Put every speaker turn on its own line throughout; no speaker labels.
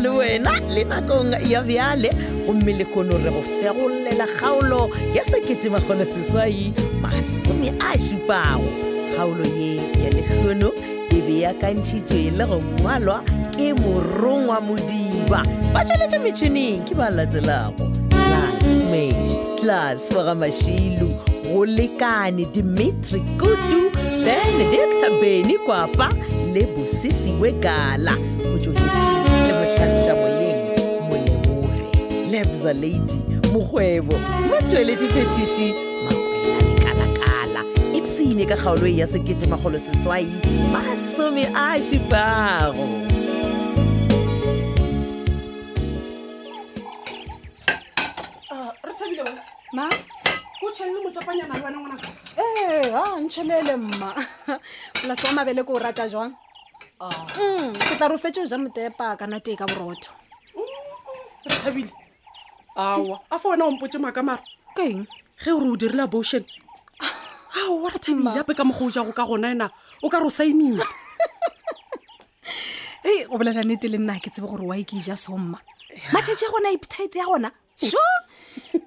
le wena le nakong ya bjale gomme le kgono re go fegolela kgaolo ya seketemagolo seswai masome a šupago kgaolo ye ya lekgono e beakantšhitšwe le go ngwalwa ke morongwa modiba ba tšweletše metšhineng ke ba latelago classmash tlas bagamashilu go lekane dimitri kutu benedicta beny kwapa le bosisi wegala go tšweletše le motlhagša moyeng moleboge lebza lady mokgwebo ba tšweletše fetiši makwela lekala-kala epsene ka kgaolo ya seketemagolo seswai masome a šipago
Ah, re thabile wena
ma
o tshwanele motapanyana le wena ngwanaka
ee a ntšhelele mma polase wa mabele ke o rata jang
Ah,
Mm, ke tla rofetse o ja motepa kana tee ka borotho
re thabile aa a fa wena o mpotse makamara
keng
ge ore o dirile botion
Ah,
ao re thabile ape ka mokgwa o jago ka gona ena o ka re o saimile
ei o bolela nnete le nna ha ke tsebe gore wa e ke ja somma matšhetši a gona epitite ya gona so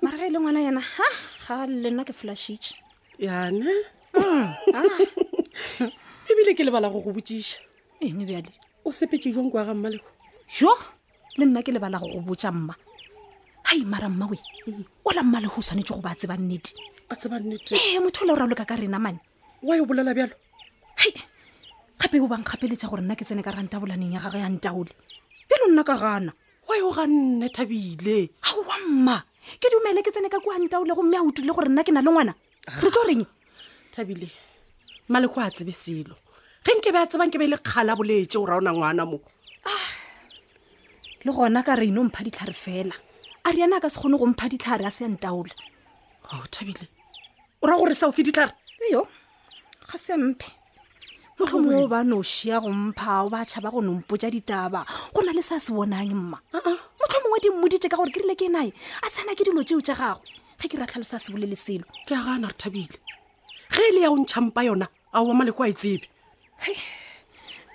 mara ge e le ngwana yena ha ga le nna ke flashitše
yane ebile ke lebala go go botsiša
eng bjale
o sepetse jong kwa ga mmaleko
jo le nna ke lebala go go botša mma hai mara mma we o la mma le go tshwanetse go ba tseba nnete
a tseba nnete
ee Eh, motho o la o raloka ka rena mane
wa e bolela bjalo
hei gape o bankgapeletsa gore nna ke tsene ka rantabolaneng ya gage ya ntaole pelo nna ka gana
wa yo ga nne thabile
aowa mma ke dumele ke tsene ka kua ntaole gomme a utule gore nna ke na le ngwana re tlo reng
thabile mmaleko a tsebe selo ge nkebe a tsebang ke be le kgala boletse o raona ngwana mo
le gona ka reino mpha ditlhare fela a riana a ka se kgone go mpha ditlhare a se ya ntaola
ao thabile o ra gore sa o feditlare
eyo ga se mphe motlho moo ba nošia go mpha o ba tšhaba go nompotsa ditaba go na le sa se bonang mma motlho mongwe di mmoditse ka gore ke rile ke nae a tsena ke dilo tseo tša gagwe ge ke ra tlhalosa se bolele selo
ke a gana re thabile ge e le ya o ntšhampa yona a oa maleko a e tsebe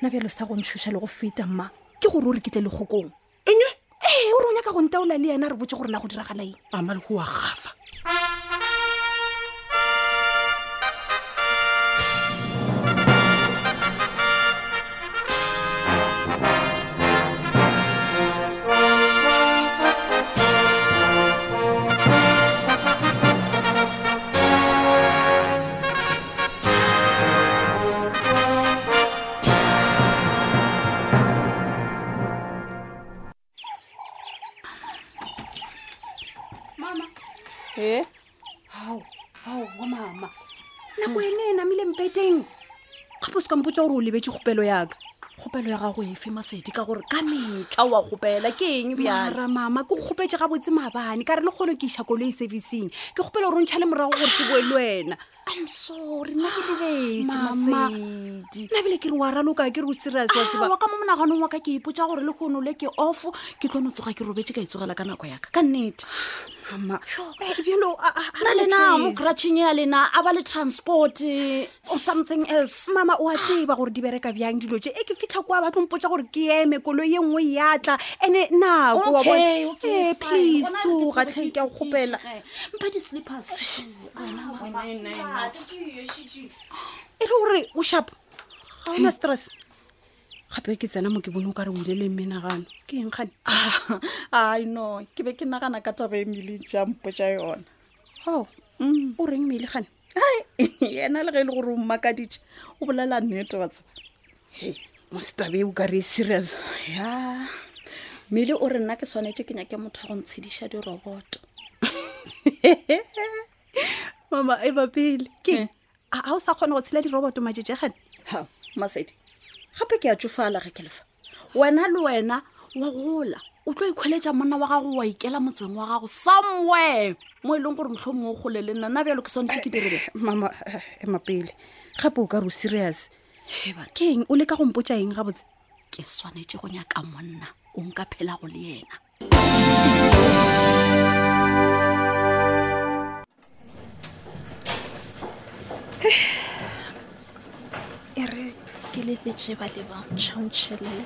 nna bjalo sa go ntšhoša le go feta mma ke gore o re ketle legokong
enge
ee o re o nyaka go ntaola le yena a re botse gore na go diragala eng
a maleko wa gafa mama
e
ao ao wa mama
nako ene e namile mpeteng gape o se kampotsa gore o lebetse kgopelo yaka
kgopelo ya gago efe masedi ka gore ka metlha wa kgopela ke eng bjale
mara mama ke kgopetse gabotse mabane ka re le kgone ke iša koloi servicing ke kgopela gore o ntšha le morago gore ke boe le wena
am sorry nna ke lebetse
Mama.
masedi
nna bile ke re wa raloka ke re o serius Ah, wa tseba
wa ka mo monaganong wa ka ke ipotsa gore le kgono le ke off ke tlo no tsoga ke robetse ka itsogela ka nako yaka ka nnete
mama bjelo eh, a- a- a
na
re
lena
mo
mo
trace.
cratching ya lena a ba le transport eh, or something else
mama o a tseba gore di bereka bjang dilo tse e ke fitlha kwa batlompotsa gore ke eme koloi ye nngwe e atla ande nako wa bona
Okay, okay,
Eh,
fine.
please
Gona le
tsoga
ke tloga
tlhe
ke
ke a go kgopela
itlotliša, eh. mpa di-slippers
e le gore o shapo ga ona stress gape ke tsena mo ke bone o ka re o ile le menagano ke eng gane
ai no ke be ke nagana ka taba e emile jampo ja yona
o Oh, o reng meele gane
Ai, yena le ge e le gore o mmakaditše o bolela nnete wa tseba
mosetabe o ka re e serious
ya mmele o re nna ke tshwanetse ke nyake motho wa go ntshediša diroboto
mama e bapele
Eh.
ke a a o sa kgona go tshela diroboto majetse gane
ha masedi gape ke a tsofala ge ke lefa wena le wena wa gola o tlo ikgweletša monna wa gago wa ikela motseng wa gago somewhere mo e leng gore motlho mongwe o kgole le nna nna bjalo ke tshwanetse ke
Eh,
direbe
mama ema pele gape o ka re o serious
Hei bana,
ke eng o leka go mpotsa eng gabotse
ke swanetse go nyaka monna o nka phela go le yena
Eh,
e re ke leletse ba le bantšhantšhelele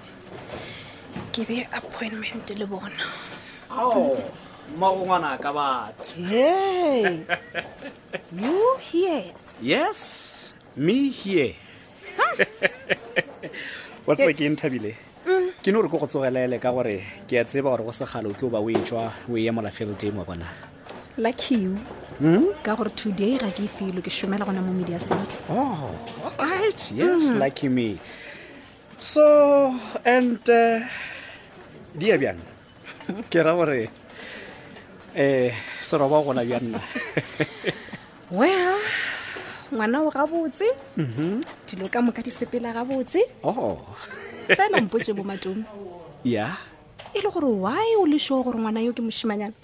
ke be appointment le bona
ao mmago ngwana ka batho
hey you here
yes me here wa tseba ke nthabile ke ne gore ke go tsogelaele ka gore ke a tseba gore go segalo ke o ba o e tswa o e emola fieldeng wa bona
lucky you ka gore today ga ke felo ke šomela gona mo media center
oh right yes mm. lucky me so and uh, di ya bjang ke ra gore um seroba gona bjang nna
well ngwana o gabotse
Mm-hmm.
dilo ka moka di sepela gabotse
oh
fela mpotse mo matomi
yeah
e le gore why o le sure gore ngwana yo ke mošimanyana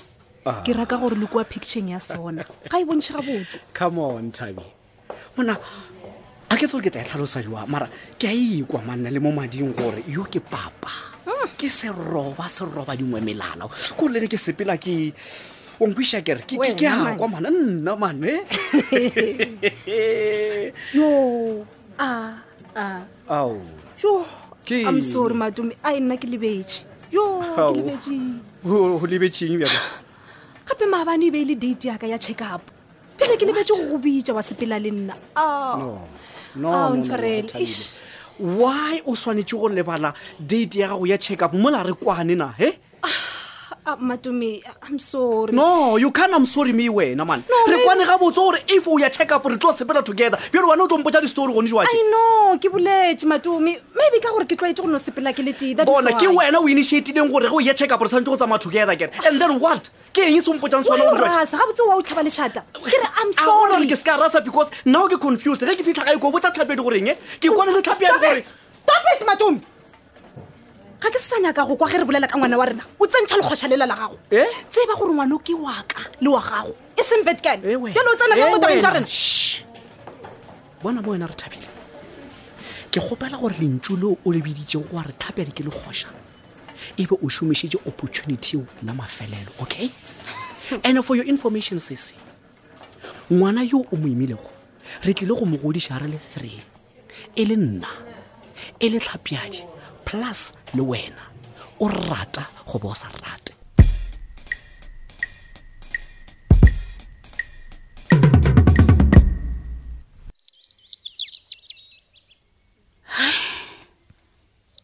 Ah.
ke raka gore le kua pictureng ya sona ga e bontšhe gabotse
come on tabi mona a ke tsore ke tla e tlhalosa jwa mara ke a ikwa manna le mo mading gore yo ke papa
Hmm.
ke seroba seroba dingwe melala kore le ge ke sepela ke onkwiša kere ke ke- ke
Wena, man.
akwa mana nna eh? mane
yo a a
ao
yo
Ke
i'm
eng?
sorry matomi a e nna ke lebetse yo
Ao.
ke lebetse
go lebetseng bjalo
gape maabane e be e le date yaka ya check up pele ke lebetse go go bitsa wa sepela le nna Ah. Ah,
no
o
no no, no,
ntshwarele.
Thabile.
Eish.
why o swanetse go lebala date ya gago ya check up mola re kwane na eh? he
Ah, matomi i'm sorry
no you can i'm sorry me wena man re kwane gabotse gore if o ya check up re tlo sepela together bjale wena o tlo mpotsa di-story gone
i
jewatse
know ke boletse matomi maybe ka gore ke tlwaetse go no sepela ke le tee that is
bona ke
why.
wena o initiatileng gore ge o ya check up re tshwanetse go tsamaya together kere and then what ke eng se ompotsang sona
Why o
gone jewatse
rasa gabotse wa o tlhaba lešata ke re i'm
a gona gore
sorry
ke se ka rasa because nao ke confused ge ke fitlha ka eko botsa tlhapedi goreng e ke kwane le
Stop
tlhapeadi gore
it! Stop it, matomi ga ke sa nyaka go kwa ge re bolela ka ngwana wa rena o tsentšha lekgoša lela la gago
Eh?
tseba gore ngwana o ke waka le wa gago e seng betkane
Eh, wena.
jalo o tsena
Eh,
ka mo tabeng tja
wena.
rena
Shh. bona bo wena re thabile ke gopela gore lentso leo o lebeditsego wa re tlhapedi ke lekgoša ebe o šomišitše opportunity eo la mafelelo okay and for your information sese ngwana yo o mo imilego re tlile go mo godiša re le three e le nna e le tlhapeadi plus le wena o rata goba o sa rate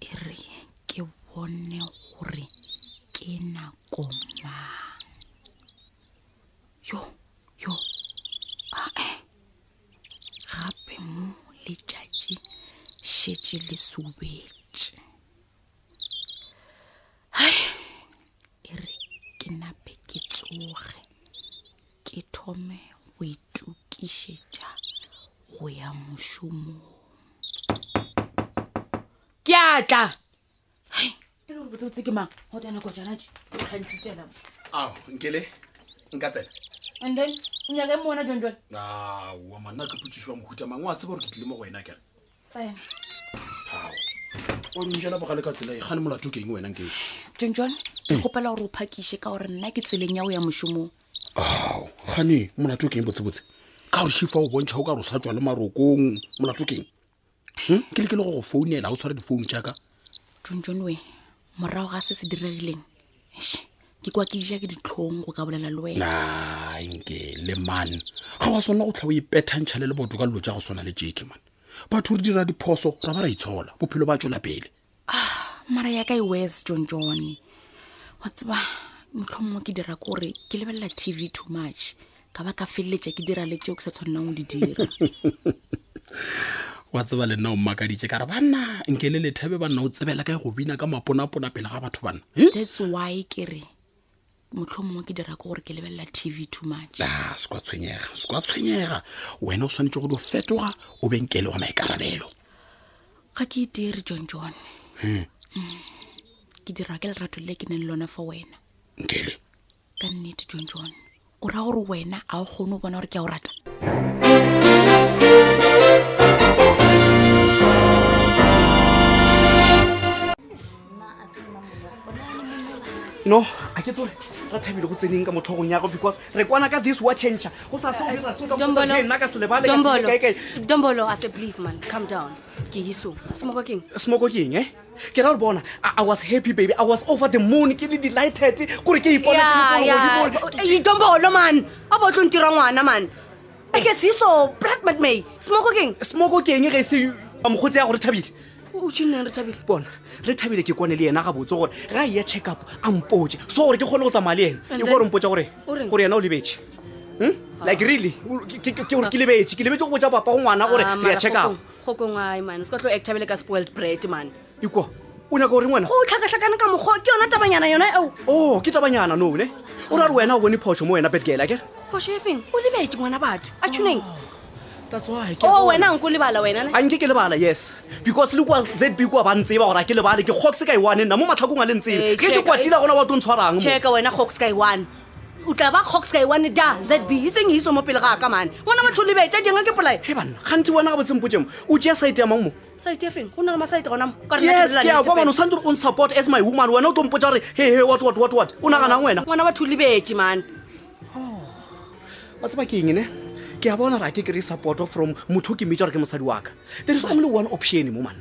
e re ke bone gore ke nako mang yo yo ae gape mo letšatši šetše le subetše hai e re ke nape ke tsoge ke thome go itukišetša go ya mošomong ke a tla
e le gore botsebotse ke mang go tena kojanate kgantitela
ao nkele nka tsena
and then o nyaka mo wena jonjon
aa manna ke potsišiwa mohuta mang wa tseba gore ke tlile mo go wena kere
tsena
o njela bogale ka tsela e gane molato ke eng wena nke
john john ke gopela gore o phakiše ka gore nna ke tseleng ya o ya mošomong
ao gane molato ke eng botsebotse ka gore shifa o bontšha o ka re o sa tswa le marokong molato ke eng Hm? ke lekele go go founela ga o tshware difounu jaaka
john john we morago ga se se diregileng eish, ke kwa ke ija ke ditlhong go ka bolela le wena
na nke Eh, le mane ga wa swanela go tlha o ipethantšha le le boto ka dilo tja go swana le jeke mane batho re dira diphoso ra ba ra itshola bophelo ba tswela pele
mara yaka e wes john john wa tseba motlhomogo ke dira kore ke lebelela tv too much ka ba ka feleletša ke dira le tšeo ke sa tshwanelang go di dira
wa tseba le nna o mmakaditse ka re banna nke le lethabe banna o tsebela kae go bina ka maponapona pele ga batho banna Eh,
that's why ke re motlhomogo ke dira ko gore ke lebelela tv too much
a se kwa tshwenyega se kwa tshwenyega wena o tshwanetse go di o fetoga o benkele wa maikarabelo
ga ke e dire john john Mm. ke dira ke lerato le ke neng le lona fa wena
nkele
ka nnete john john o raya gore wena a o kgone o bona gore ke a o rata
no a ke tsole ra thabile go tseneng ka motlhogong yago because re kwana ka this wa changer go sa se o dira se o ka mpotsa ke nna ka selebale ka se kaekae.
dombolo a se believe man come down ke iso semoko keng
smoko ke eng e ke ra o bona I, i was happy baby i was over the moon ke le delighted kore ke ipone ke le kwa godimong.
dombolo man a bo tlo ntira ngwana man e ke seiso bradmat may semoko keng
smoko ke eng ge e se a mogotse ya gore thabile
o tšhinneng re thabile
bona re thabile ke kwane le yena ga botse gore ga e ya check up a mpotse so gore ke kgone go tsamaya le ena e
then-
kore mpotsa gore
O reng? Ah.
gore yena o lebetse Hmm? like really O- ke- ke ke gore ke lebetse ke lebetse go botsa papa go ngwana Ah,
Ah,
gore re ya check up
gokongwae man o se ka tlo actabele ka spoiled bread man
iko o nyaka gore ngwena
go tlhakatlhakane ka mokgwa ke yona tabanyana yona eo
o ke tsabanyana none o ra re wena o bone phoso mo wena betgale akere
phoso e feng o lebetse ngwana batho a tshuneng
that's why ke
o Oh, wena nko lebala wena ne?
a nke ke lebala yes because le kwa zb kwa ba ntseba gore a ke lebale ke gox ka iwane nna mo matlhakong a le ntsebe
Eh,
ke ke
check-
kwatila gona wa to ntshwarang mo
checka wena hawk sky one o tla ba hawk sky one da zb e seng iso mo pele ga ka mane ngwana motho o lebetse jenga ke polae
he banna gantsi wena ga botsengpotsemo o tea site ya mang mo
site e feng go na le masaite gona mo Ka re nna ke bolela nnete
yes ke a kwa
fela.
bana o santse o nsupport as my woman wena o tlo mpotsa gore he he what what what what o naganang wena
ngwana batho o lebetse mane
wa tseba ke eng ne ke a bona gore a ke kry-e support from motho o ke mmetsa gore ke mosadi waka there is only one option mo mane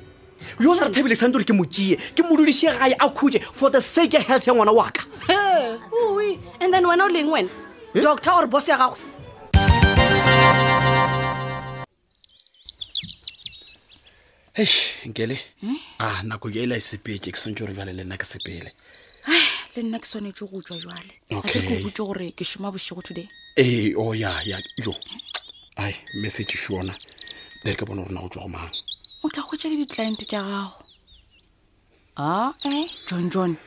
yona re thabile santse gore ke mo tee ke modudise gae a khutse for the sake ya health ya ngwana waka
He, ui. and then wena o leng wena
Eh?
doctor ore bos ya gago
hei nkele
Ah,
a nako ke ele a e sepetse ke swantse gore bjale le nna ke sepele
le nna ke tshwanetse go tswa jale a ke
Okay.
ko botse gore ke šoma bosego today
ee o ya ya jo ai message fiona there ke bona gore na go tswa go mang
o tla kgwetsa le di-client tja gago ae john john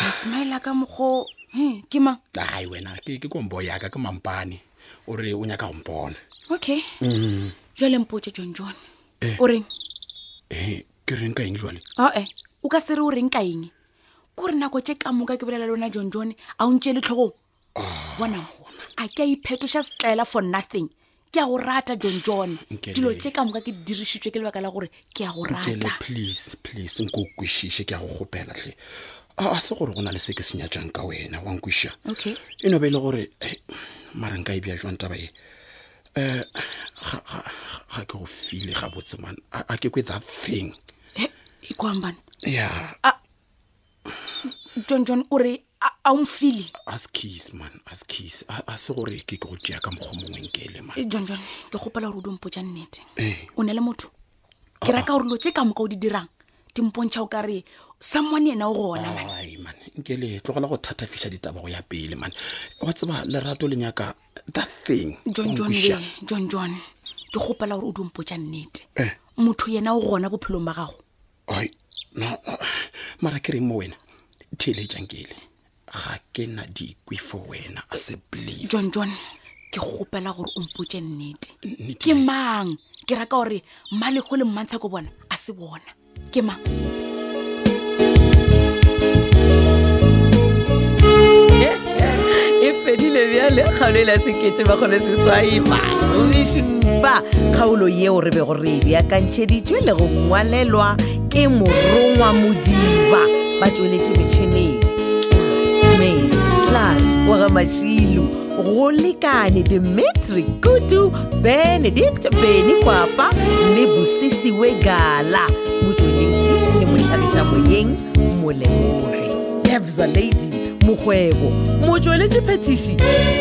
a smile ka mokgo he ke mang
ai wena ke ke kombo yaka ke mampane o re o nyaka go mpona Mm.
okay jale mpotse john john o reng
ee ke reng ka eng jale
ae o ka se re o reng ka eng kore nako tse ka moka ke bolela le yona john john a o ntse le tlhogong
Ah.
bona mo, a ke a iphetoša setlaela for nothing ke a go rata john john
Nkele.
dilo tse ka moka ke di dirišitswe ke lebaka la gore ke a go
nkele
rata
please please nko o kwešiše ke a go kgopela tlhe a a se gore go na le se ke se nyatjang ka wena wa nkweša
Okay.
e no be e le gore eh, mare nka e bja jwang taba e um ga ga- ga ke go file ga botse man a a ke kwe that thing
e kwambane
ya
john john o re a- a o mfile
as kiss man as kiss a a se gore ke ke go tšea ka mokgwa mongwe nkele man
Eh, john john ke gopela gore o dompotsa nnete
Eh.
o ne le motho ke raka gore dilo tse ka moka o di dirang di mpontšha o ka re someone ena o
Ah.
gona man
ai man nkele tlogela go thatafiša ditaba go ya pele man wa tseba lerato le nyaka that thing
john
wa
john
nkweša.
we, john john ke gopela gore o dompotsa nnete
Eh.
motho yena o gona bophelong ba gago
ai na ah, mara ke reng mo wena theeletsangkele ga ke na dikwe for wena a se believe
john john ke gopela gore o mpotse nnete
Nnete
ke mang ke raka gore mmalego le mmantsha ko bona a se bona ke mang
e fedile bjale kgaolo e la sekete bakgone seswai masomešupa kgaolo yeo re bego re e beakantšheditšwe le go ngwalelwa ke morongwa modiba ba tsweletše metšhineng classmate class wa ga mašilo go lekane dimetri kutu benedict beny kwapa le bosisi wegala motsweletši le motlhabetlamoyeng molebore lebza lady mokgwebo motsweletši phetiši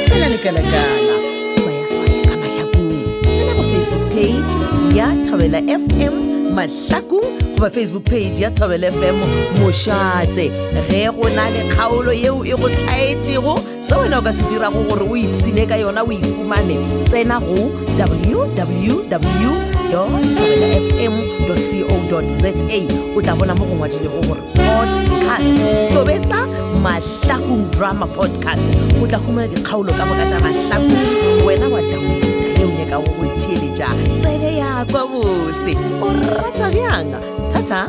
fela lekalakala swayaswaya ka mahlakong tsena mo facebook page ya thobela fm mahlakong goba facebook page ya thobela fm mošate ge go na le kgaolo yeo e go tlaetšego se wena o ka se dirago gore o ipsine ka yona o ifumane tsena go www fm co za o tla bona mo go ngwadilego gore podcast tobetsa mahlakong drama podcast o tla humana dikgaolo ka moka tsa mahlakong wena wa downloada yeo nyaka go go theeletša tsebe ya kwa bose o rata bjang thata